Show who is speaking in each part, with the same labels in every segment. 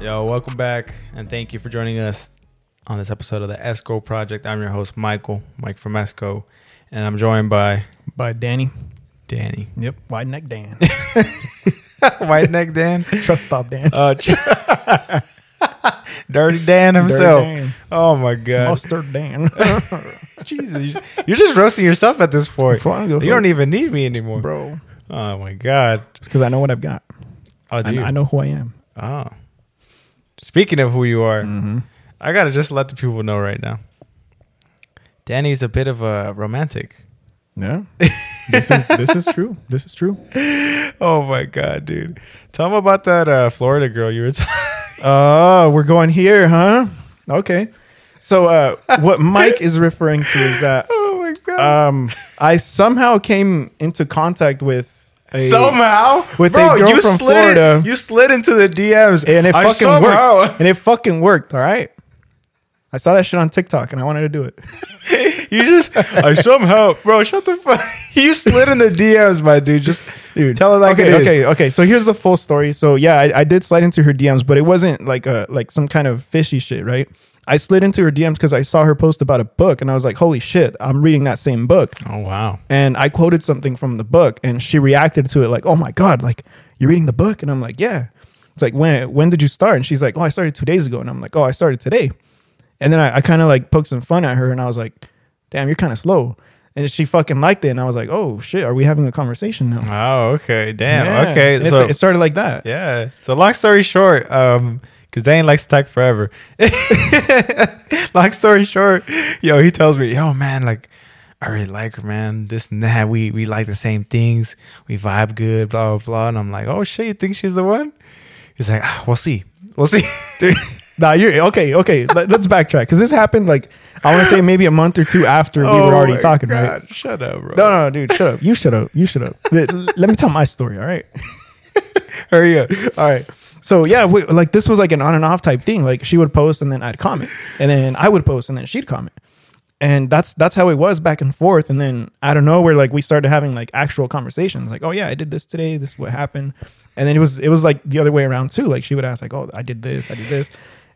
Speaker 1: Yo, welcome back, and thank you for joining us on this episode of the Esco Project. I'm your host, Michael, Mike from Esco, and I'm joined by
Speaker 2: by Danny.
Speaker 1: Danny,
Speaker 2: Yep, wide neck Dan,
Speaker 1: White Neck Dan,
Speaker 2: truck stop Dan,
Speaker 1: uh, Ch- Dirty Dan himself.
Speaker 2: Dirty Dan.
Speaker 1: Oh my God,
Speaker 2: mustard Dan.
Speaker 1: Jesus, you're just roasting yourself at this point.
Speaker 2: Before I go
Speaker 1: You don't even need me anymore,
Speaker 2: bro,
Speaker 1: Oh my God,
Speaker 2: because I know what I've got.
Speaker 1: oh,
Speaker 2: I,
Speaker 1: dude.
Speaker 2: I know who I Mm. am.
Speaker 1: Oh. Speaking of who you are, I gotta just let the people know right now. Danny's a bit of a romantic.
Speaker 2: Yeah, this is this is true. This is true.
Speaker 1: Oh my god, dude! Tell them about that uh, Florida girl you were. T-
Speaker 2: Oh, we're going here, huh? Okay. So, uh, what Mike is referring to is that
Speaker 1: oh my god!
Speaker 2: um, I somehow came into contact with a
Speaker 1: somehow
Speaker 2: Uh, with a girl from
Speaker 1: slid in-
Speaker 2: Florida.
Speaker 1: you slid into the DMs,
Speaker 2: and it
Speaker 1: I
Speaker 2: fucking
Speaker 1: somehow-
Speaker 2: worked. And it fucking worked. All right. I saw that shit on TikTok and I wanted to do it.
Speaker 1: You just, I somehow, bro, shut the fuck. You slid in the DMs, my dude. Just
Speaker 2: Dude,
Speaker 1: tell it like
Speaker 2: okay,
Speaker 1: it is.
Speaker 2: okay, okay. So here's the full story. So yeah, I, I did slide into her DMs, but it wasn't like a like some kind of fishy shit, right? I slid into her DMs because I saw her post about a book, and I was like, "Holy shit, I'm reading that same book."
Speaker 1: Oh wow!
Speaker 2: and I quoted something from the book, and she reacted to it like, "Oh my god, like you're reading the book?" And I'm like, "Yeah." It's like, "When when did you start?" And she's like, "Oh, I started two days ago." And I'm like, "Oh, I started today." And then I, I kind of like poked some fun at her, and I was like, "Damn, you're kind of slow." And she fucking liked it, and I was like, "Oh shit, are we having a conversation now?"
Speaker 1: Oh okay, damn.
Speaker 2: Yeah. And
Speaker 1: Okay,
Speaker 2: it's-
Speaker 1: so
Speaker 2: it started like that.
Speaker 1: Yeah. So long story short, um, because Dane likes to talk forever. long story short, yo, he tells me, yo, man, like, I really like her, man. This and that. We we like the same things. We vibe good, blah blah blah. And I'm like, oh shit, you think she's the one? He's like, ah, we'll see, we'll see.
Speaker 2: Nah, you're okay. Okay, let, us backtrack because this happened like I want to say maybe a month or two after we
Speaker 1: Oh
Speaker 2: were already talking, right?
Speaker 1: right? Shut up, bro.
Speaker 2: No, no, dude, shut up. You shut up. You shut up. Let- let me tell my story. All right.
Speaker 1: Hurry up.
Speaker 2: All right. So yeah, we, like this was like an on and off type thing. Like she would post and then I'd comment, and then I would post and then she'd comment, and that's that's how it was back and forth. And then I don't know where like we started having like actual conversations. Like oh yeah, I did this today. This is what happened. And then it was it was like the other way around too. Like she would ask like oh I did this I did this,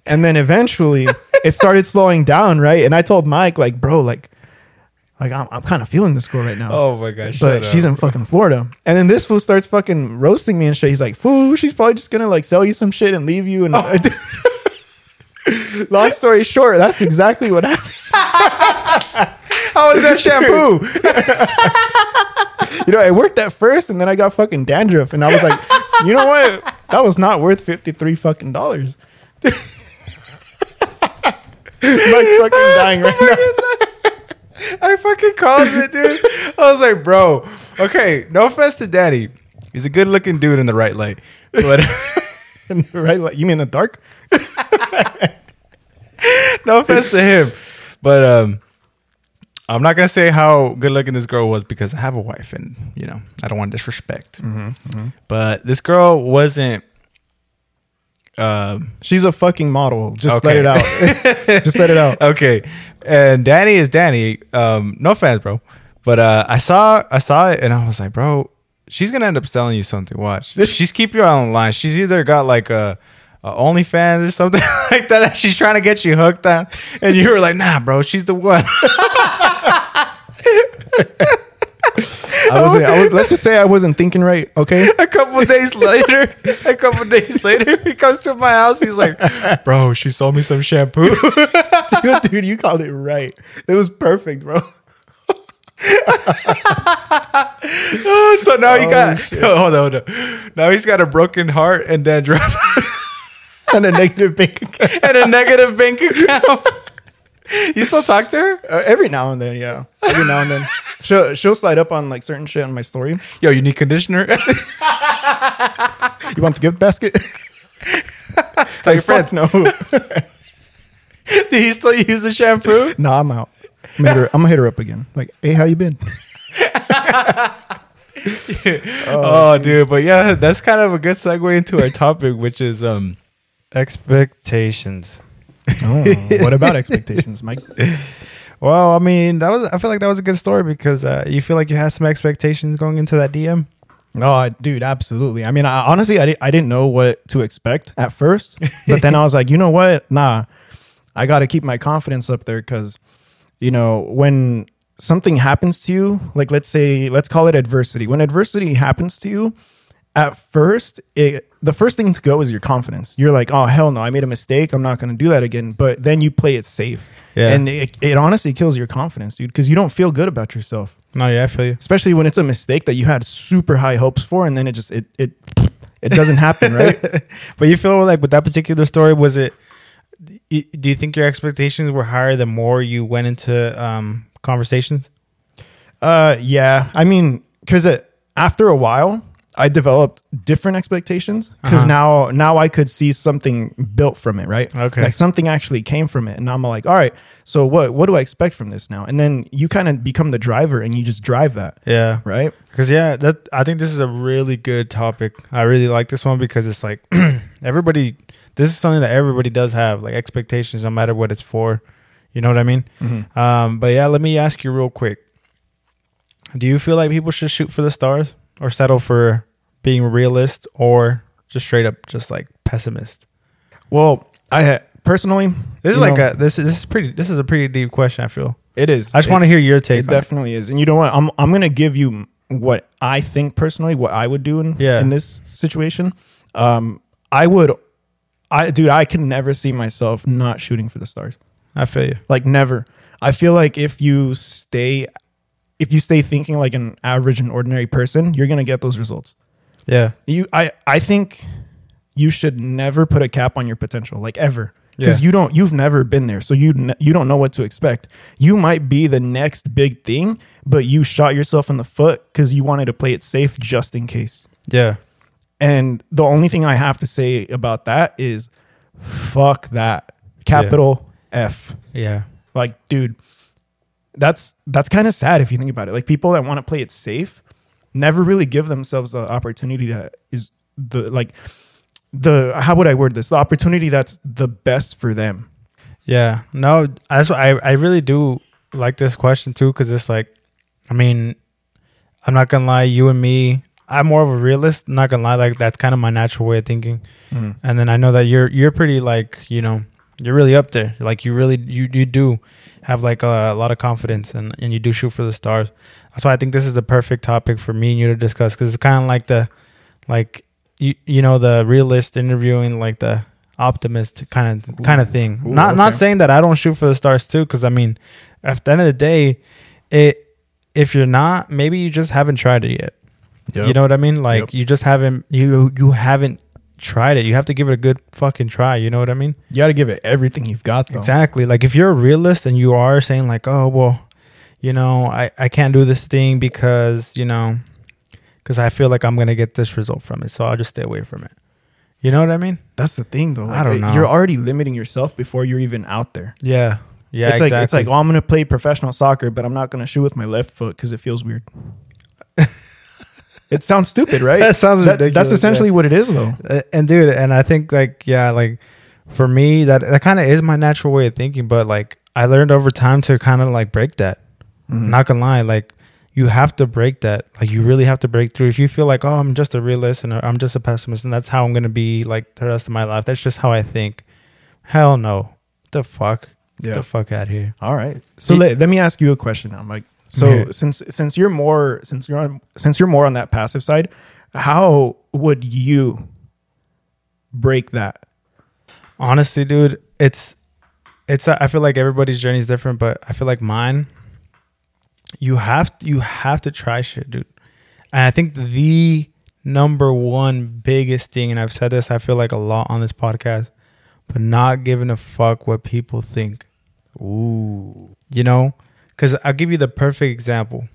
Speaker 2: and then eventually it started slowing down right. And I told Mike like bro like like I'm, I'm kind of feeling this girl right now
Speaker 1: Oh my gosh.
Speaker 2: but she's in fucking Florida. And then this fool starts fucking roasting me and shit. He's like, fool, she's probably just gonna like sell you some shit and leave you. And
Speaker 1: Oh.
Speaker 2: long story short, that's exactly what happened.
Speaker 1: How is that shampoo?
Speaker 2: You know, it worked at first, and then I got fucking dandruff, and I was like, you know what? That was not worth fifty three fucking dollars. Mike's fucking dying right now.
Speaker 1: I fucking called it, dude. I was like, bro, okay, no offense to Daddy. He's a good looking dude in the right light. But
Speaker 2: right? Like, you mean the dark?
Speaker 1: no offense to him. But um I'm not gonna say how good looking this girl was because I have a wife and you know, I don't want to disrespect.
Speaker 2: Mm-hmm,
Speaker 1: But this girl wasn't um
Speaker 2: She's a fucking model. Just let
Speaker 1: Okay.
Speaker 2: it out. just let it out.
Speaker 1: okay. And Danny is Danny. Um, no offense, bro. But uh, I saw I saw it and I was like, bro, she's gonna end up selling you something. Watch. She's keep you on the line. She's either got like a, a OnlyFans or something like that that she's trying to get you hooked on. And you were like, nah, bro, she's the one.
Speaker 2: I wasn't. I was, let's just say I wasn't thinking right. Okay.
Speaker 1: a couple of days later, a couple of days later, he comes to my house. He's like, "Oh, bro, she sold me some shampoo.
Speaker 2: dude, you called it right. It was perfect, bro.
Speaker 1: so now he
Speaker 2: Oh,
Speaker 1: got hold on, hold on. Now he's got a broken heart and dandruff.
Speaker 2: And a negative bank account.
Speaker 1: and a negative bank account. you still talk to her?
Speaker 2: Uh, every now and then, yeah. Every now and then, she'll she'll slide up on like certain shit on my story.
Speaker 1: Yo, you need conditioner?
Speaker 2: You want the gift basket?
Speaker 1: Tell your
Speaker 2: Like, fuck
Speaker 1: friends.
Speaker 2: No,
Speaker 1: Do you still use the shampoo?
Speaker 2: no, I'm out. I'm gonna, hit her, I'm gonna hit her up again. Like, hey, how you been?
Speaker 1: Oh, dude, but yeah, that's kind of a good segue into our topic, which is um expectations.
Speaker 2: Oh, what about expectations, Mike?
Speaker 1: Well, I mean, that was I feel like that was a good story because uh, you feel like you had some expectations going into that DM.
Speaker 2: No, I, dude, absolutely. I mean, I, honestly, I, di- I didn't know what to expect at first, but then I was like, you know what? Nah, I got to keep my confidence up there because, you know, when something happens to you, like let's say, let's call it adversity. When adversity happens to you, at first, it the first thing to go is your confidence. You're like, oh hell no, I made a mistake. I'm not going to do that again. But then you play it safe,
Speaker 1: Yeah.
Speaker 2: and it, it honestly kills your confidence, dude, because you don't feel good about yourself
Speaker 1: No, yeah, I feel you.
Speaker 2: especially when it's a mistake that you had super high hopes for and then it just it it it doesn't happen right
Speaker 1: But you feel like with that particular story, was it? y- Do you think your expectations were higher the more you went into um, conversations?
Speaker 2: uh yeah i mean because after a while i developed different expectations because
Speaker 1: Uh-huh.
Speaker 2: now now i could see something built from it right
Speaker 1: Okay.
Speaker 2: like something actually came from it and i'm like all right so what what do i expect from this now and then you kind of become the driver and you just drive that
Speaker 1: Yeah,
Speaker 2: right
Speaker 1: Because yeah, that I think this is a really good topic. I really like this one because it's like everybody. This is something that everybody does have, like expectations, no matter what it's for. You know what I mean?
Speaker 2: Mm-hmm.
Speaker 1: Um, but yeah, let me ask you real quick. Do you feel like people should shoot for the stars or settle for being realist or just straight up just like pessimist?
Speaker 2: well i ha- personally
Speaker 1: This is
Speaker 2: you
Speaker 1: like
Speaker 2: know,
Speaker 1: a this is this is pretty this is a pretty deep question. I feel.
Speaker 2: it is
Speaker 1: I just
Speaker 2: It-
Speaker 1: want to hear your
Speaker 2: It
Speaker 1: take. on it.
Speaker 2: definitely is, And you know what? I'm I'm gonna give you what I think personally, what I would do in
Speaker 1: Yeah.
Speaker 2: in this situation. Um, I would, I dude, I can never see myself not shooting for the stars.
Speaker 1: I feel you.
Speaker 2: Like never. I feel like if you stay, if you stay thinking like an average and ordinary person, you're gonna get those results.
Speaker 1: Yeah.
Speaker 2: You, I, I think you should never put a cap on your potential, like ever. Because
Speaker 1: Yeah.
Speaker 2: you don't, you've never been there, so you ne- you don't know what to expect. You might be the next big thing, but you shot yourself in the foot because you wanted to play it safe just in case.
Speaker 1: Yeah.
Speaker 2: And the only thing I have to say about that is, fuck that. Capital F.
Speaker 1: Yeah.
Speaker 2: Like, dude, that's that's kind of sad if you think about it. Like people that want to play it safe never really give themselves the opportunity that is the like the how would I word this? The opportunity that's the best for them.
Speaker 1: Yeah. No, that's what I, I really do like this question too, because it's like, I mean, I'm not gonna lie, you and me, I'm more of a realist, not gonna lie, like that's kind of my natural way of thinking.
Speaker 2: Mm-hmm.
Speaker 1: And then I know that you're you're pretty like, you know, you're really up there. Like you really you you do have like a, a lot of confidence and, and you do shoot for the stars. That's why I think this is the perfect topic for me and you to discuss because it's kind of like the like you you know the realist interviewing like the optimist kind of kind of thing.
Speaker 2: Ooh,
Speaker 1: not not
Speaker 2: okay.
Speaker 1: saying that I don't shoot for the stars too because I mean at the end of the day it if you're not maybe you just haven't tried it yet. You know what I mean? Like
Speaker 2: Yep.
Speaker 1: you just haven't you you haven't tried it. You have to give it a good fucking try. You know what I mean?
Speaker 2: you got to give it everything you've got. Though.
Speaker 1: Exactly. Like if you're a realist and you are saying like, oh well, you know, I I can't do this thing because you know, because I feel like I'm gonna get this result from it, so I'll just stay away from it. You know what I mean?
Speaker 2: That's the thing, though.
Speaker 1: I don't know.
Speaker 2: You're already limiting yourself before you're even out there.
Speaker 1: Yeah. Yeah.
Speaker 2: it's
Speaker 1: exactly.
Speaker 2: like it's like, oh, I'm gonna play professional soccer, but I'm not gonna shoot with my left foot because it feels weird. it sounds stupid, right?
Speaker 1: That sounds ridiculous,
Speaker 2: That's
Speaker 1: yeah.
Speaker 2: essentially what it is, though.
Speaker 1: Uh, and dude and i think like yeah like for me that that kind of is my natural way of thinking but like i learned over time to kind of like break that not gonna lie like you have to break that like you really have to break through if you feel like oh i'm just a realist and i'm just a pessimist and that's how i'm gonna be like the rest of my life that's just how i think hell no the fuck Get the fuck out here
Speaker 2: All right. So
Speaker 1: See-
Speaker 2: let, let me ask you a question now, Mike. So
Speaker 1: Yeah.
Speaker 2: since since you're more since you're on since you're more on that passive side, how would you break that?
Speaker 1: honestly dude it's it's i feel like everybody's journey is different but i feel like mine you have you have to try shit dude and i think the number one biggest thing and i've said this i feel like a lot on this podcast but not giving a fuck what people think
Speaker 2: Ooh.
Speaker 1: you know because i'll give you the perfect example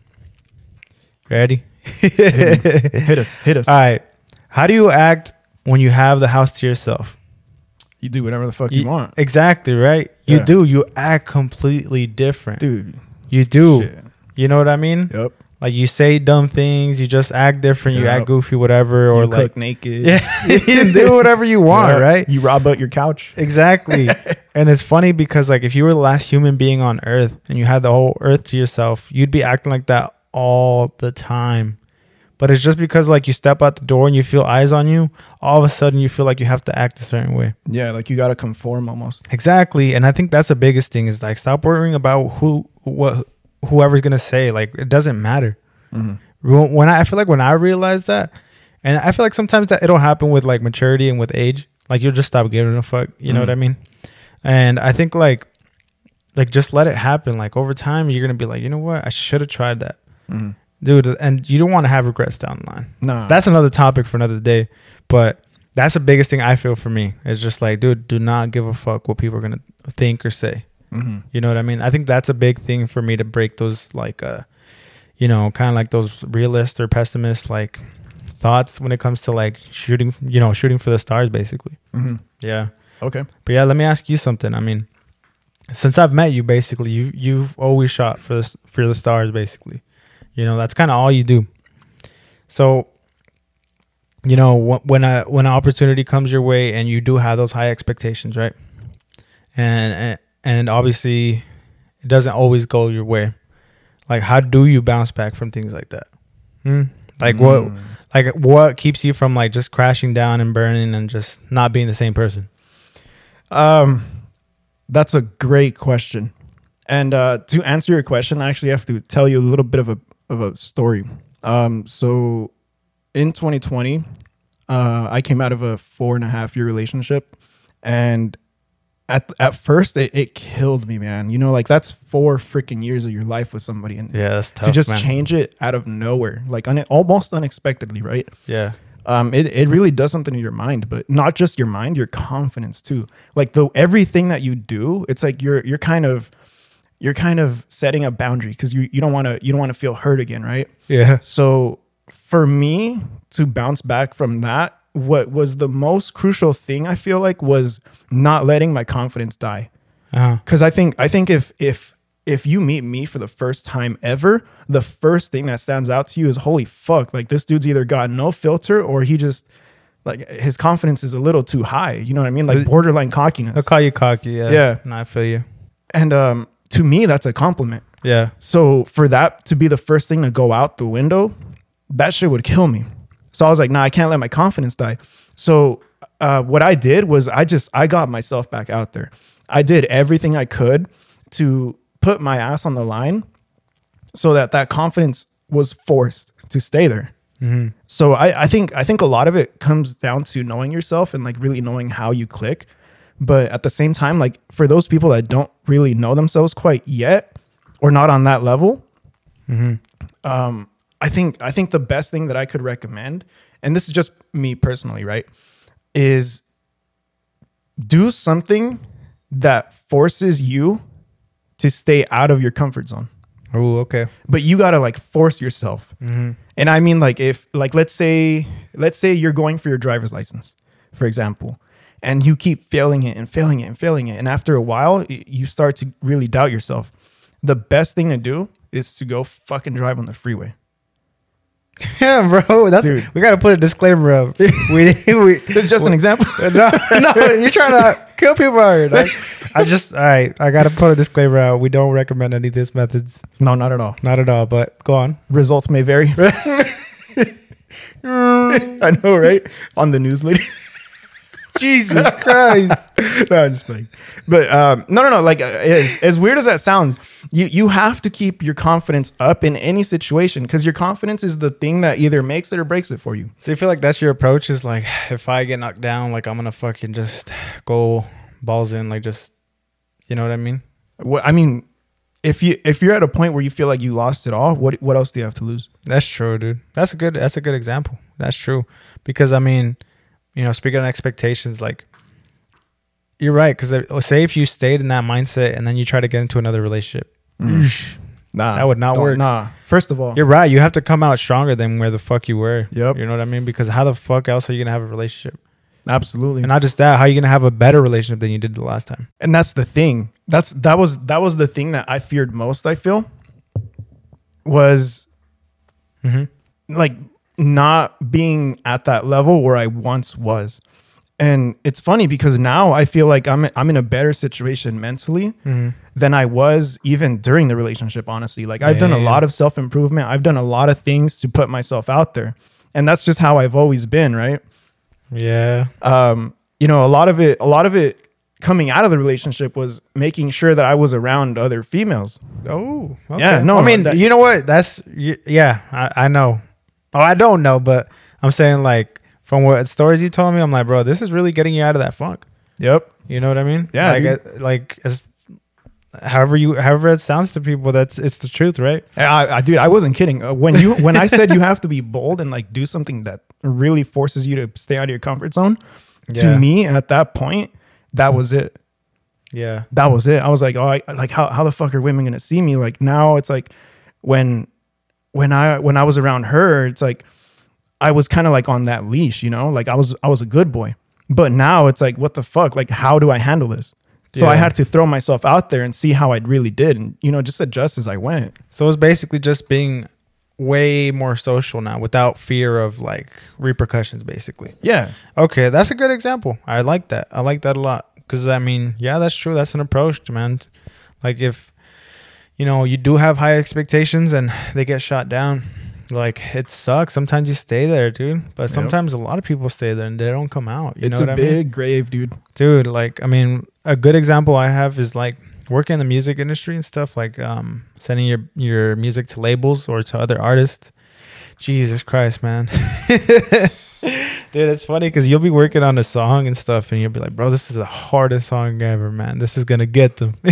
Speaker 1: ready
Speaker 2: Hit us. Hit us.
Speaker 1: all right how do you act when you have the house to yourself
Speaker 2: you do whatever the fuck you, want,
Speaker 1: Exactly, right? You
Speaker 2: Yeah.
Speaker 1: do. You act completely different.
Speaker 2: dude.
Speaker 1: you do.
Speaker 2: Shit.
Speaker 1: You know what I mean?
Speaker 2: Yep.
Speaker 1: Like you say dumb things, you just act different, you
Speaker 2: Yeah.
Speaker 1: act goofy, whatever, or
Speaker 2: you
Speaker 1: like
Speaker 2: cook naked.
Speaker 1: yeah, you do whatever you want,
Speaker 2: Yeah.
Speaker 1: right?
Speaker 2: You rob out your couch.
Speaker 1: Exactly. and it's funny because like if you were the last human being on earth and you had the whole earth to yourself, you'd be acting like that all the time. But it's just because like you step out the door and you feel eyes on you, all of a sudden you feel like you have to act a certain way.
Speaker 2: Yeah, like you gotta conform almost.
Speaker 1: Exactly. And I think that's the biggest thing is like stop worrying about who what whoever's going to say like it doesn't matter. When when I, I feel like when I realized that and I feel like sometimes that it'll happen with like maturity and with age, like you'll just stop giving a fuck, you know what I mean? And I think like like just let it happen like over time you're going to be like, "You know what? I should have tried that."
Speaker 2: Mm-hmm.
Speaker 1: Dude, and you don't want to have regrets down the line
Speaker 2: No,
Speaker 1: that's another topic for another day. But that's the biggest thing I feel for me. It's just like, dude, do not give a fuck what people are gonna think or say.
Speaker 2: Mhm.
Speaker 1: You know what I mean? I think that's a big thing for me to break those like, uh, you know, kind of like those realist or pessimist like thoughts when it comes to like shooting, you know, shooting for the stars, basically.
Speaker 2: Mhm.
Speaker 1: Yeah.
Speaker 2: okay.
Speaker 1: But yeah, let me ask you something. I mean, since I've met you, basically, you you've always shot for the s- for the stars. Basically, you know that's kind of all you do. So, you know wh- when a when an opportunity comes your way and you do have those high expectations, right? And and, and obviously, it doesn't always go your way. Like, how do you bounce back from things like that? Hmm? Like what?
Speaker 2: Mm.
Speaker 1: Like what keeps you from like just crashing down and burning and just not being the same person?
Speaker 2: Um, that's a great question. And uh, to answer your question, I actually have to tell you a little bit of a of a story. Um, so in 2020, uh, I came out of a four and a half year relationship, and at at first it, it killed me, man. You know, like that's four freaking years of your life with somebody, and
Speaker 1: Yeah, that's tough.
Speaker 2: to just
Speaker 1: man.
Speaker 2: change it out of nowhere, like un- almost unexpectedly, right?
Speaker 1: Yeah.
Speaker 2: um, it, it really does something to your mind, but not just your mind, your confidence too. Like the everything that you do, it's like you're you're kind of you're kind of setting a boundary because you you don't want to you don't want to feel hurt again, right?
Speaker 1: Yeah.
Speaker 2: So for me to bounce back from that, what was the most crucial thing I feel like was not letting my confidence die
Speaker 1: Uh-huh.
Speaker 2: because I think I think if if if you meet me for the first time ever, the first thing that stands out to you is holy fuck, like this dude's either got no filter or he just like his confidence is a little too high. You know what I mean? Like borderline cockiness.
Speaker 1: They'll call you cocky. Yeah.
Speaker 2: Yeah.
Speaker 1: No, I feel you.
Speaker 2: And um, to me, that's a compliment.
Speaker 1: Yeah.
Speaker 2: So for that to be the first thing to go out the window, that shit would kill me. So I was like, nah, I can't let my confidence die. So uh, what I did was I just I got myself back out there. I did everything I could to put my ass on the line, so that that confidence was forced to stay there. So I, I think I think a lot of it comes down to knowing yourself and like really knowing how you click. But at the same time, like for those people that don't really know themselves quite yet or not on that level, um, I think I think the best thing that I could recommend, and this is just me personally, right, is do something that forces you to stay out of your comfort zone
Speaker 1: Oh, okay.
Speaker 2: but you gotta like force yourself.
Speaker 1: Mm-hmm.
Speaker 2: And I mean, like if like let's say let's say you're going for your driver's license, for example, and you keep failing it and failing it and failing it, and after a while y- you start to really doubt yourself. The best thing to do is to go fucking drive on the freeway.
Speaker 1: Yeah, bro. That's
Speaker 2: Dude.
Speaker 1: we gotta put a disclaimer up. we we
Speaker 2: It's just an example.
Speaker 1: no, no, you're trying to kill people out here. dog. I just all right. I gotta put a disclaimer out. We don't recommend any of these methods,
Speaker 2: no, not at all.
Speaker 1: not at all. But go on.
Speaker 2: Results may vary.
Speaker 1: Mm,
Speaker 2: I know, right? On the news later.
Speaker 1: Jesus Christ.
Speaker 2: no, I'm just playing. But um, no, no, no. Like uh, as, as weird as that sounds, you you have to keep your confidence up in any situation because your confidence is the thing that either makes it or breaks it for you.
Speaker 1: So you feel like that's your approach? Is like if I get knocked down, like I'm gonna fucking just go balls in, like just you know what I mean?
Speaker 2: What I mean, if you if you're at a point where you feel like you lost it all, what what else do you have to lose?
Speaker 1: That's true, dude. That's a good that's a good example. That's true. Because I mean, you know, speaking of expectations, like you're right. Because say if you stayed in that mindset and then you try to get into another relationship,
Speaker 2: Nah,
Speaker 1: That would not
Speaker 2: don't-
Speaker 1: work.
Speaker 2: Nah. First of all,
Speaker 1: you're right. You have to come out stronger than where the fuck you were.
Speaker 2: Yep.
Speaker 1: You know what I mean? Because how the fuck else are you gonna have a relationship?
Speaker 2: absolutely.
Speaker 1: And not just that, how are you gonna have a better relationship than you did the last time?
Speaker 2: and that's the thing that's that was that was the thing that i feared most i feel was
Speaker 1: Mm-hmm.
Speaker 2: like not being at that level where I once was. And it's funny because now I feel like I'm I'm in a better situation mentally
Speaker 1: Mm-hmm.
Speaker 2: than I was even during the relationship. Honestly, like I've done a
Speaker 1: Yeah.
Speaker 2: lot of self improvement. I've done a lot of things to put myself out there, and that's just how I've always been, right?
Speaker 1: Yeah.
Speaker 2: um, you know, a lot of it, a lot of it coming out of the relationship was making sure that I was around other females.
Speaker 1: Oh, okay.
Speaker 2: Yeah, no,
Speaker 1: I mean,
Speaker 2: that-
Speaker 1: you know what? That's y- yeah. I, I know. Oh, I don't know, but I'm saying like from what stories you told me, I'm like, bro, this is really getting you out of that funk.
Speaker 2: Yep.
Speaker 1: You know what I mean?
Speaker 2: Yeah,
Speaker 1: Like,
Speaker 2: dude.
Speaker 1: uh, like as however you however it sounds to people, that's it's the truth, right?
Speaker 2: I, I dude, I wasn't kidding. Uh, when you, when I said you have to be bold and like do something that really forces you to stay out of your comfort zone,
Speaker 1: Yeah.
Speaker 2: to me at that point, that was it.
Speaker 1: Yeah.
Speaker 2: that was it. I was like, oh, I, like how how the fuck are women gonna see me? Like now, it's like when when I when I was around her, it's like I was kind of like on that leash, you know. Like I was I was a good boy, but now it's like, what the fuck? Like how do I handle this? So I
Speaker 1: Yeah.
Speaker 2: had to throw myself out there and see how I really did, and you know, just adjust as I went.
Speaker 1: So it's basically just being way more social now without fear of like repercussions, basically.
Speaker 2: Yeah,
Speaker 1: Okay, that's a good example. I like that. I like that a lot because I mean, yeah, that's true. That's an approach, man. Like if you know you do have high expectations and they get shot down, like it sucks. Sometimes you stay there, dude. But sometimes a lot of people stay there and they don't come out. You
Speaker 2: it's
Speaker 1: know
Speaker 2: a
Speaker 1: what I mean?
Speaker 2: big grave, dude.
Speaker 1: dude like i mean a good example i have is like working in the music industry and stuff like um sending your your music to labels or to other artists jesus christ man dude it's funny because you'll be working on a song and stuff and you'll be like bro this is the hardest song ever man this is gonna get them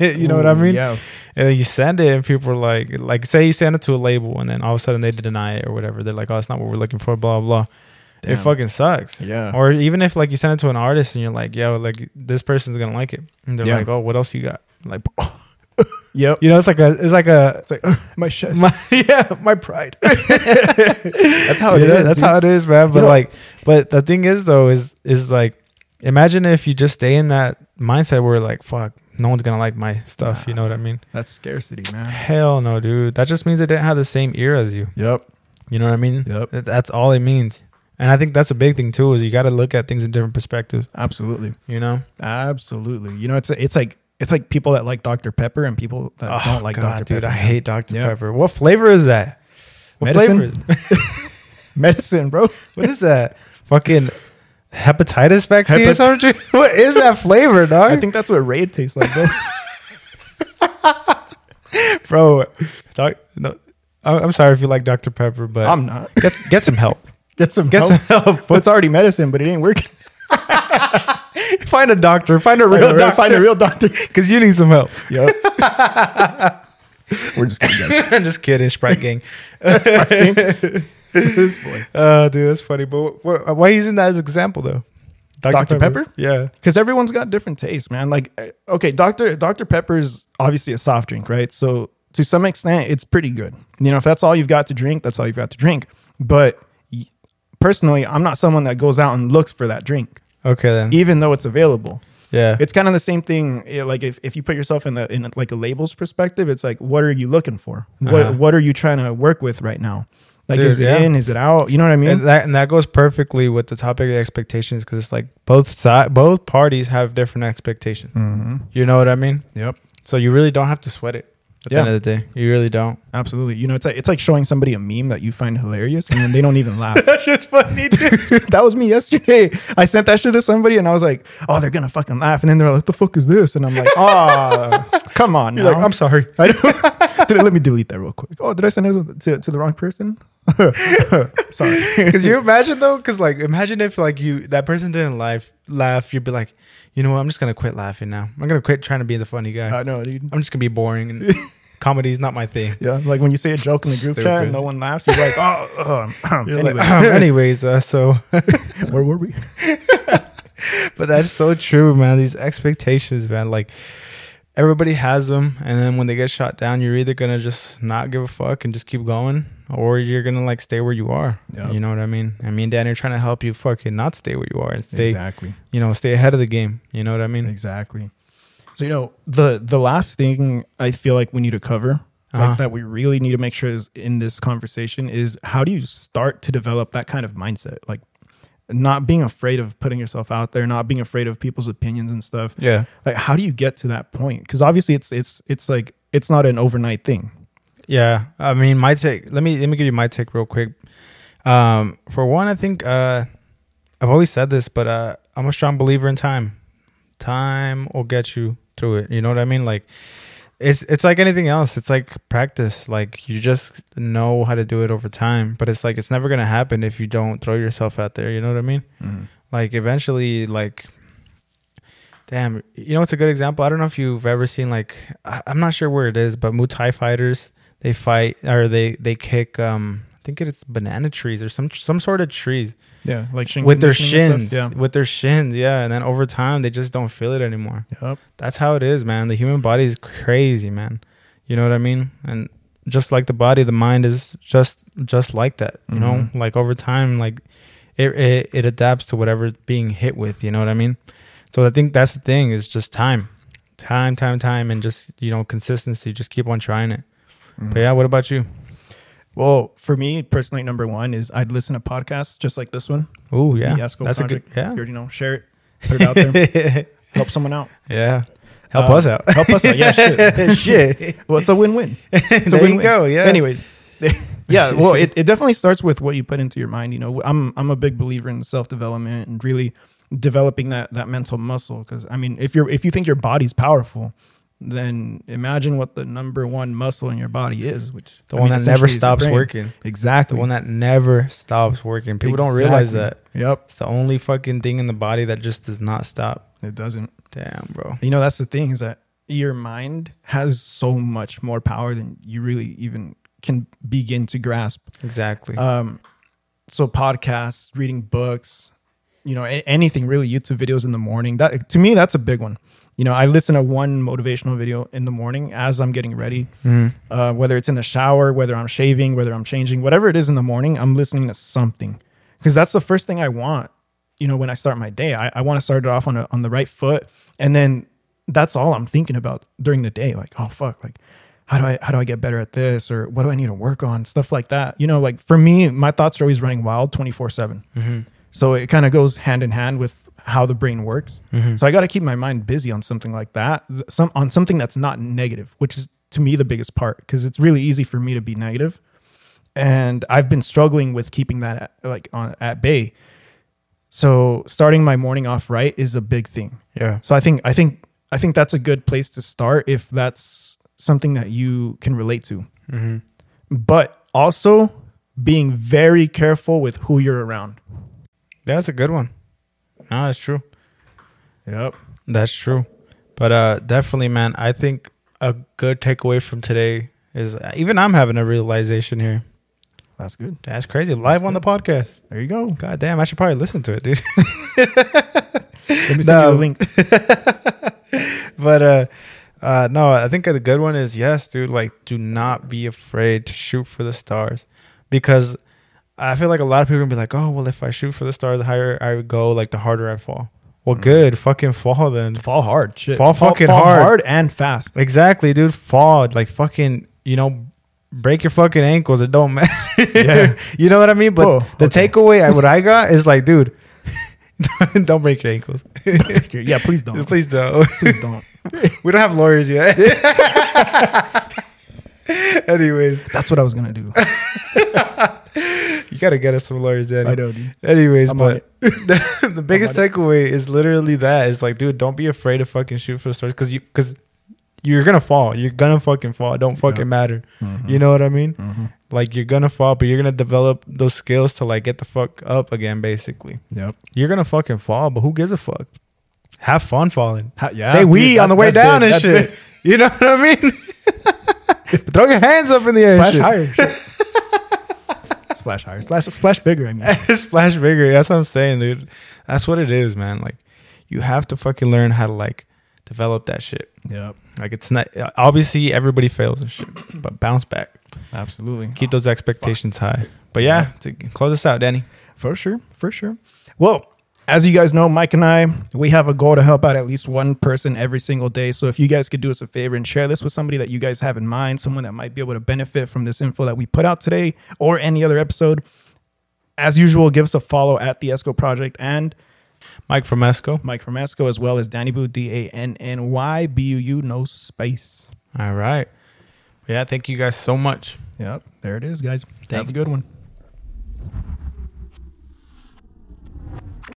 Speaker 1: you know what i mean
Speaker 2: Yeah,
Speaker 1: and then you send it, and people are like, like say you send it to a label, and then all of a sudden they deny it or whatever. They're like, oh, it's not what we're looking for, blah blah. It
Speaker 2: Damn.
Speaker 1: fucking sucks.
Speaker 2: Yeah.
Speaker 1: Or even if like you send it to an artist, and you're like, yo, like this person's gonna like it, and they're
Speaker 2: Yeah.
Speaker 1: like, oh, what else you got? Like,
Speaker 2: yep.
Speaker 1: you know, it's like a, it's like a,
Speaker 2: It's like "Ugh, my chest.
Speaker 1: my, yeah, my pride.
Speaker 2: that's how it is.
Speaker 1: Yeah, That's
Speaker 2: dude.
Speaker 1: how it is, man. But
Speaker 2: You know-
Speaker 1: like, but the thing is though, is is like, imagine if you just stay in that mindset where like, fuck, no one's gonna like my stuff. You know what I mean?
Speaker 2: that's scarcity, man.
Speaker 1: Hell no, dude. That just means they didn't have the same ear as you.
Speaker 2: Yep.
Speaker 1: You know what I mean?
Speaker 2: Yep.
Speaker 1: That- That's all it means. And I think that's a big thing too, is you got to look at things in different perspectives.
Speaker 2: Absolutely.
Speaker 1: You know?
Speaker 2: Absolutely. You know, it's it's like it's like people that like Dr Pepper and people that don't like Dr
Speaker 1: Oh, dude,
Speaker 2: Pepper.
Speaker 1: I hate Dr.
Speaker 2: Yeah.
Speaker 1: Pepper. What flavor is that? What
Speaker 2: Medicine?
Speaker 1: flavor? is-
Speaker 2: Medicine, bro.
Speaker 1: what is that? Fucking hepatitis vaccine or
Speaker 2: Hepat-
Speaker 1: something? what is that flavor, dog?
Speaker 2: I think that's what Raid tastes like, bro.
Speaker 1: bro. Doc, no, I- I'm sorry if you like Dr. Pepper, but
Speaker 2: I'm not.
Speaker 1: get get some help.
Speaker 2: Get some
Speaker 1: Get
Speaker 2: help.
Speaker 1: some help.
Speaker 2: Well, it's already medicine, but it ain't working.
Speaker 1: Find a doctor. Find a real
Speaker 2: Find a real-
Speaker 1: doctor.
Speaker 2: find a real doctor.
Speaker 1: Because you need some help.
Speaker 2: Yep. We're just kidding, guys.
Speaker 1: I'm just kidding, Sprite Gang.
Speaker 2: this boy.
Speaker 1: Oh, dude, that's funny. But wh- wh- why are you using that as an example, though?
Speaker 2: Dr. Pepper?
Speaker 1: Yeah.
Speaker 2: Because everyone's got different tastes, man. Like, eh, okay, Dr. Dr. Pepper is obviously a soft drink, right? So to some extent, it's pretty good. You know, if that's all you've got to drink, that's all you've got to drink. But y- personally, I'm not someone that goes out and looks for that drink,
Speaker 1: Okay, then.
Speaker 2: even though it's available.
Speaker 1: yeah.
Speaker 2: It's kind of the same thing. eh, Like if, if you put yourself in the in like a label's perspective, it's like, what are you looking for?
Speaker 1: Uh-huh.
Speaker 2: What what are you trying to work with right now? Like,
Speaker 1: Dude,
Speaker 2: is it
Speaker 1: yeah.
Speaker 2: in? Is it out? You know what I mean?
Speaker 1: and that and that goes perfectly with the topic of expectations because it's like both side, both parties have different expectations. You know what I mean?
Speaker 2: yep.
Speaker 1: So you really don't have to sweat it. At
Speaker 2: Yeah.
Speaker 1: the end of the day, you really don't.
Speaker 2: Absolutely. You know, it's like it's like showing somebody a meme that you find hilarious and then they don't even laugh.
Speaker 1: That's just funny, dude.
Speaker 2: that was me yesterday. I sent that shit to somebody and I was like, oh, they're gonna fucking laugh. And then they're like, what the fuck is this? And I'm like, oh, come on.
Speaker 1: You're like,
Speaker 2: now."
Speaker 1: I'm sorry.
Speaker 2: I don't, Dude, let me delete that real quick. Oh, did I send it to, to the wrong person? Sorry.
Speaker 1: Because you imagine though, because like imagine if like you that person didn't laugh, laugh, you'd be like, you know what? I'm just gonna quit laughing now. I'm gonna quit trying to be the funny guy.
Speaker 2: I know, dude.
Speaker 1: I'm just gonna be boring and comedy's not my thing.
Speaker 2: Yeah, like when you say a joke in the group chat
Speaker 1: Stupid.
Speaker 2: and no one laughs, you're like, oh, um,
Speaker 1: You're
Speaker 2: anyway,
Speaker 1: like, "Um, anyways, uh, so
Speaker 2: where were we?
Speaker 1: but that's so true, man. These expectations, man, like everybody has them, and then when they get shot down, you're either gonna just not give a fuck and just keep going, or you're gonna like stay where you are.
Speaker 2: Yep.
Speaker 1: You know what I mean? I mean, Dan, are trying to help you fucking not stay where you are and stay,
Speaker 2: Exactly.
Speaker 1: you know, stay ahead of the game. You know what I mean?
Speaker 2: Exactly. So you know the the last thing I feel like we need to cover
Speaker 1: Uh-huh.
Speaker 2: like that we really need to make sure is in this conversation is how do you start to develop that kind of mindset like not being afraid of putting yourself out there not being afraid of people's opinions and stuff
Speaker 1: Yeah.
Speaker 2: like how do you get to that point because obviously it's it's it's like it's not an overnight thing
Speaker 1: Yeah, I mean, my take. Let me let me give you my take real quick. Um, for one, I think uh, I've always said this, but uh, I'm a strong believer in time. Time will get you to it. You know what I mean? Like, it's it's like anything else. It's like practice. Like you just know how to do it over time. But it's like it's never gonna happen if you don't throw yourself out there. You know what I mean? like eventually like damn you know it's a good example i don't know if you've ever seen like I- i'm not sure where it is but muay thai fighters they fight or they they kick um i think it's banana trees or some some sort of trees
Speaker 2: yeah like shin
Speaker 1: with their
Speaker 2: conditioning and
Speaker 1: shins
Speaker 2: stuff.
Speaker 1: with their shins yeah and then over time they just don't feel it anymore
Speaker 2: yeah yep.
Speaker 1: that's how it is, man. The human body is crazy, man. You know what I mean? And just like the body, the mind is just just like that. You know,
Speaker 2: Mhm.
Speaker 1: like over time, like it, it it adapts to whatever's being hit with. You know what I mean? So I think that's the thing is just time, time, time, time, and just you know consistency. Just keep on trying it. But yeah, what about you?
Speaker 2: well for me personally number one is i'd listen to podcasts just like this one
Speaker 1: Oh yeah,
Speaker 2: the Esco
Speaker 1: that's
Speaker 2: project.
Speaker 1: a good
Speaker 2: you
Speaker 1: yeah.
Speaker 2: already know share it put it out there help someone out
Speaker 1: yeah, help
Speaker 2: Um,
Speaker 1: us out.
Speaker 2: help us out yeah shit.
Speaker 1: Oh, Shit.
Speaker 2: well it's a win-win it's
Speaker 1: There you go, yeah.
Speaker 2: anyways yeah well it, it definitely starts with what you put into your mind you know i'm i'm a big believer in self-development and really developing that that mental muscle because i mean if you're if you think your body's powerful then imagine what the number one muscle in your body is which
Speaker 1: The
Speaker 2: I
Speaker 1: one
Speaker 2: mean,
Speaker 1: that never
Speaker 2: essentially is your
Speaker 1: stops
Speaker 2: brain.
Speaker 1: working. The
Speaker 2: exactly
Speaker 1: one that never stops working. People don't realize that.
Speaker 2: yep
Speaker 1: It's the only fucking thing in the body that just does not stop.
Speaker 2: it doesn't
Speaker 1: Damn, bro.
Speaker 2: you know that's the thing is that your mind has so much more power than you really even can begin to grasp
Speaker 1: Exactly.
Speaker 2: um so podcasts reading books you know a- anything really youtube videos in the morning that to me that's a big one you know i listen to one motivational video in the morning as i'm getting ready uh, whether it's in the shower whether i'm shaving whether i'm changing whatever it is in the morning i'm listening to something because that's the first thing i want you know when i start my day i, I want to start it off on, a, on the right foot and then that's all i'm thinking about during the day like oh fuck like how do i how do i get better at this or what do i need to work on stuff like that you know like for me my thoughts are always running wild 24 7 so it kind of goes hand in hand with how the brain works so i got to keep my mind busy on something like that th- some on something that's not negative which is to me the biggest part because it's really easy for me to be negative and I've been struggling with keeping that at, like on, at bay. So starting my morning off right is a big thing.
Speaker 1: Yeah.
Speaker 2: So I think I think I think that's a good place to start if that's something that you can relate to. But also being very careful with who you're around.
Speaker 1: That's a good one. No, that's true.
Speaker 2: Yep.
Speaker 1: That's true. But uh definitely, man, I think a good takeaway from today is uh, even I'm having a realization here.
Speaker 2: That's good.
Speaker 1: That's crazy. Live on the podcast.
Speaker 2: There you go.
Speaker 1: God damn, I should probably listen to it, dude.
Speaker 2: Let me send
Speaker 1: No.
Speaker 2: you the link.
Speaker 1: but uh uh no i think a good one is yes dude like do not be afraid to shoot for the stars because i feel like a lot of people are gonna be like oh well if i shoot for the stars the higher i go like the harder i fall well
Speaker 2: Mm.
Speaker 1: good fucking fall then
Speaker 2: Fall hard. Shit.
Speaker 1: Fall fucking hard.
Speaker 2: and fast.
Speaker 1: exactly dude fall like fucking you know break your fucking ankles it don't matter
Speaker 2: Yeah.
Speaker 1: you know what i mean but
Speaker 2: Oh,
Speaker 1: the
Speaker 2: okay.
Speaker 1: takeaway I, what i got is like dude don't break your ankles
Speaker 2: yeah, please don't.
Speaker 1: please don't
Speaker 2: Please don't.
Speaker 1: we don't have lawyers yet anyways
Speaker 2: That's what I was gonna do.
Speaker 1: You gotta get us some lawyers in.
Speaker 2: I know, dude.
Speaker 1: Anyways,
Speaker 2: I'm on
Speaker 1: but the, the biggest
Speaker 2: on
Speaker 1: takeaway is literally that is like, dude, don't be afraid to fucking shoot for the stars because you because you're gonna fall. You're gonna fucking fall. It don't fucking
Speaker 2: Yeah.
Speaker 1: matter.
Speaker 2: Mm-hmm.
Speaker 1: You know what I mean? Like you're gonna fall, but you're gonna develop those skills to like get the fuck up again. Basically,
Speaker 2: Yep.
Speaker 1: you're gonna fucking fall, but who gives a fuck? Have fun falling.
Speaker 2: Ha- yeah,
Speaker 1: Say
Speaker 2: dude,
Speaker 1: we on the
Speaker 2: that's-
Speaker 1: way
Speaker 2: that's
Speaker 1: down
Speaker 2: big,
Speaker 1: and
Speaker 2: that's
Speaker 1: shit. You know what I mean? Throw your hands up in the air. and
Speaker 2: splash
Speaker 1: shit.
Speaker 2: higher. shit. splash higher. Splash splash bigger. I mean,
Speaker 1: splash bigger. That's what I'm saying, dude. That's what it is, man. Like, you have to fucking learn how to like develop that shit.
Speaker 2: yep,
Speaker 1: Like, it's not uh, obviously everybody fails and shit, but bounce back.
Speaker 2: absolutely.
Speaker 1: Keep those expectations high. But yeah, to close us out, Danny.
Speaker 2: for sure, for sure. Well, as you guys know, Mike and I, we have a goal to help out at least one person every single day. So if you guys could do us a favor and share this with somebody that you guys have in mind, someone that might be able to benefit from this info that we put out today or any other episode, as usual, give us a follow at the Esco Project and
Speaker 1: Mike from Esco.
Speaker 2: Mike from Esco, as well as Danny Boo, D A N N Y B U U, no space.
Speaker 1: All right. Yeah, thank you guys so much.
Speaker 2: Yep, there it is, guys.
Speaker 1: Thank-
Speaker 2: Have a good one.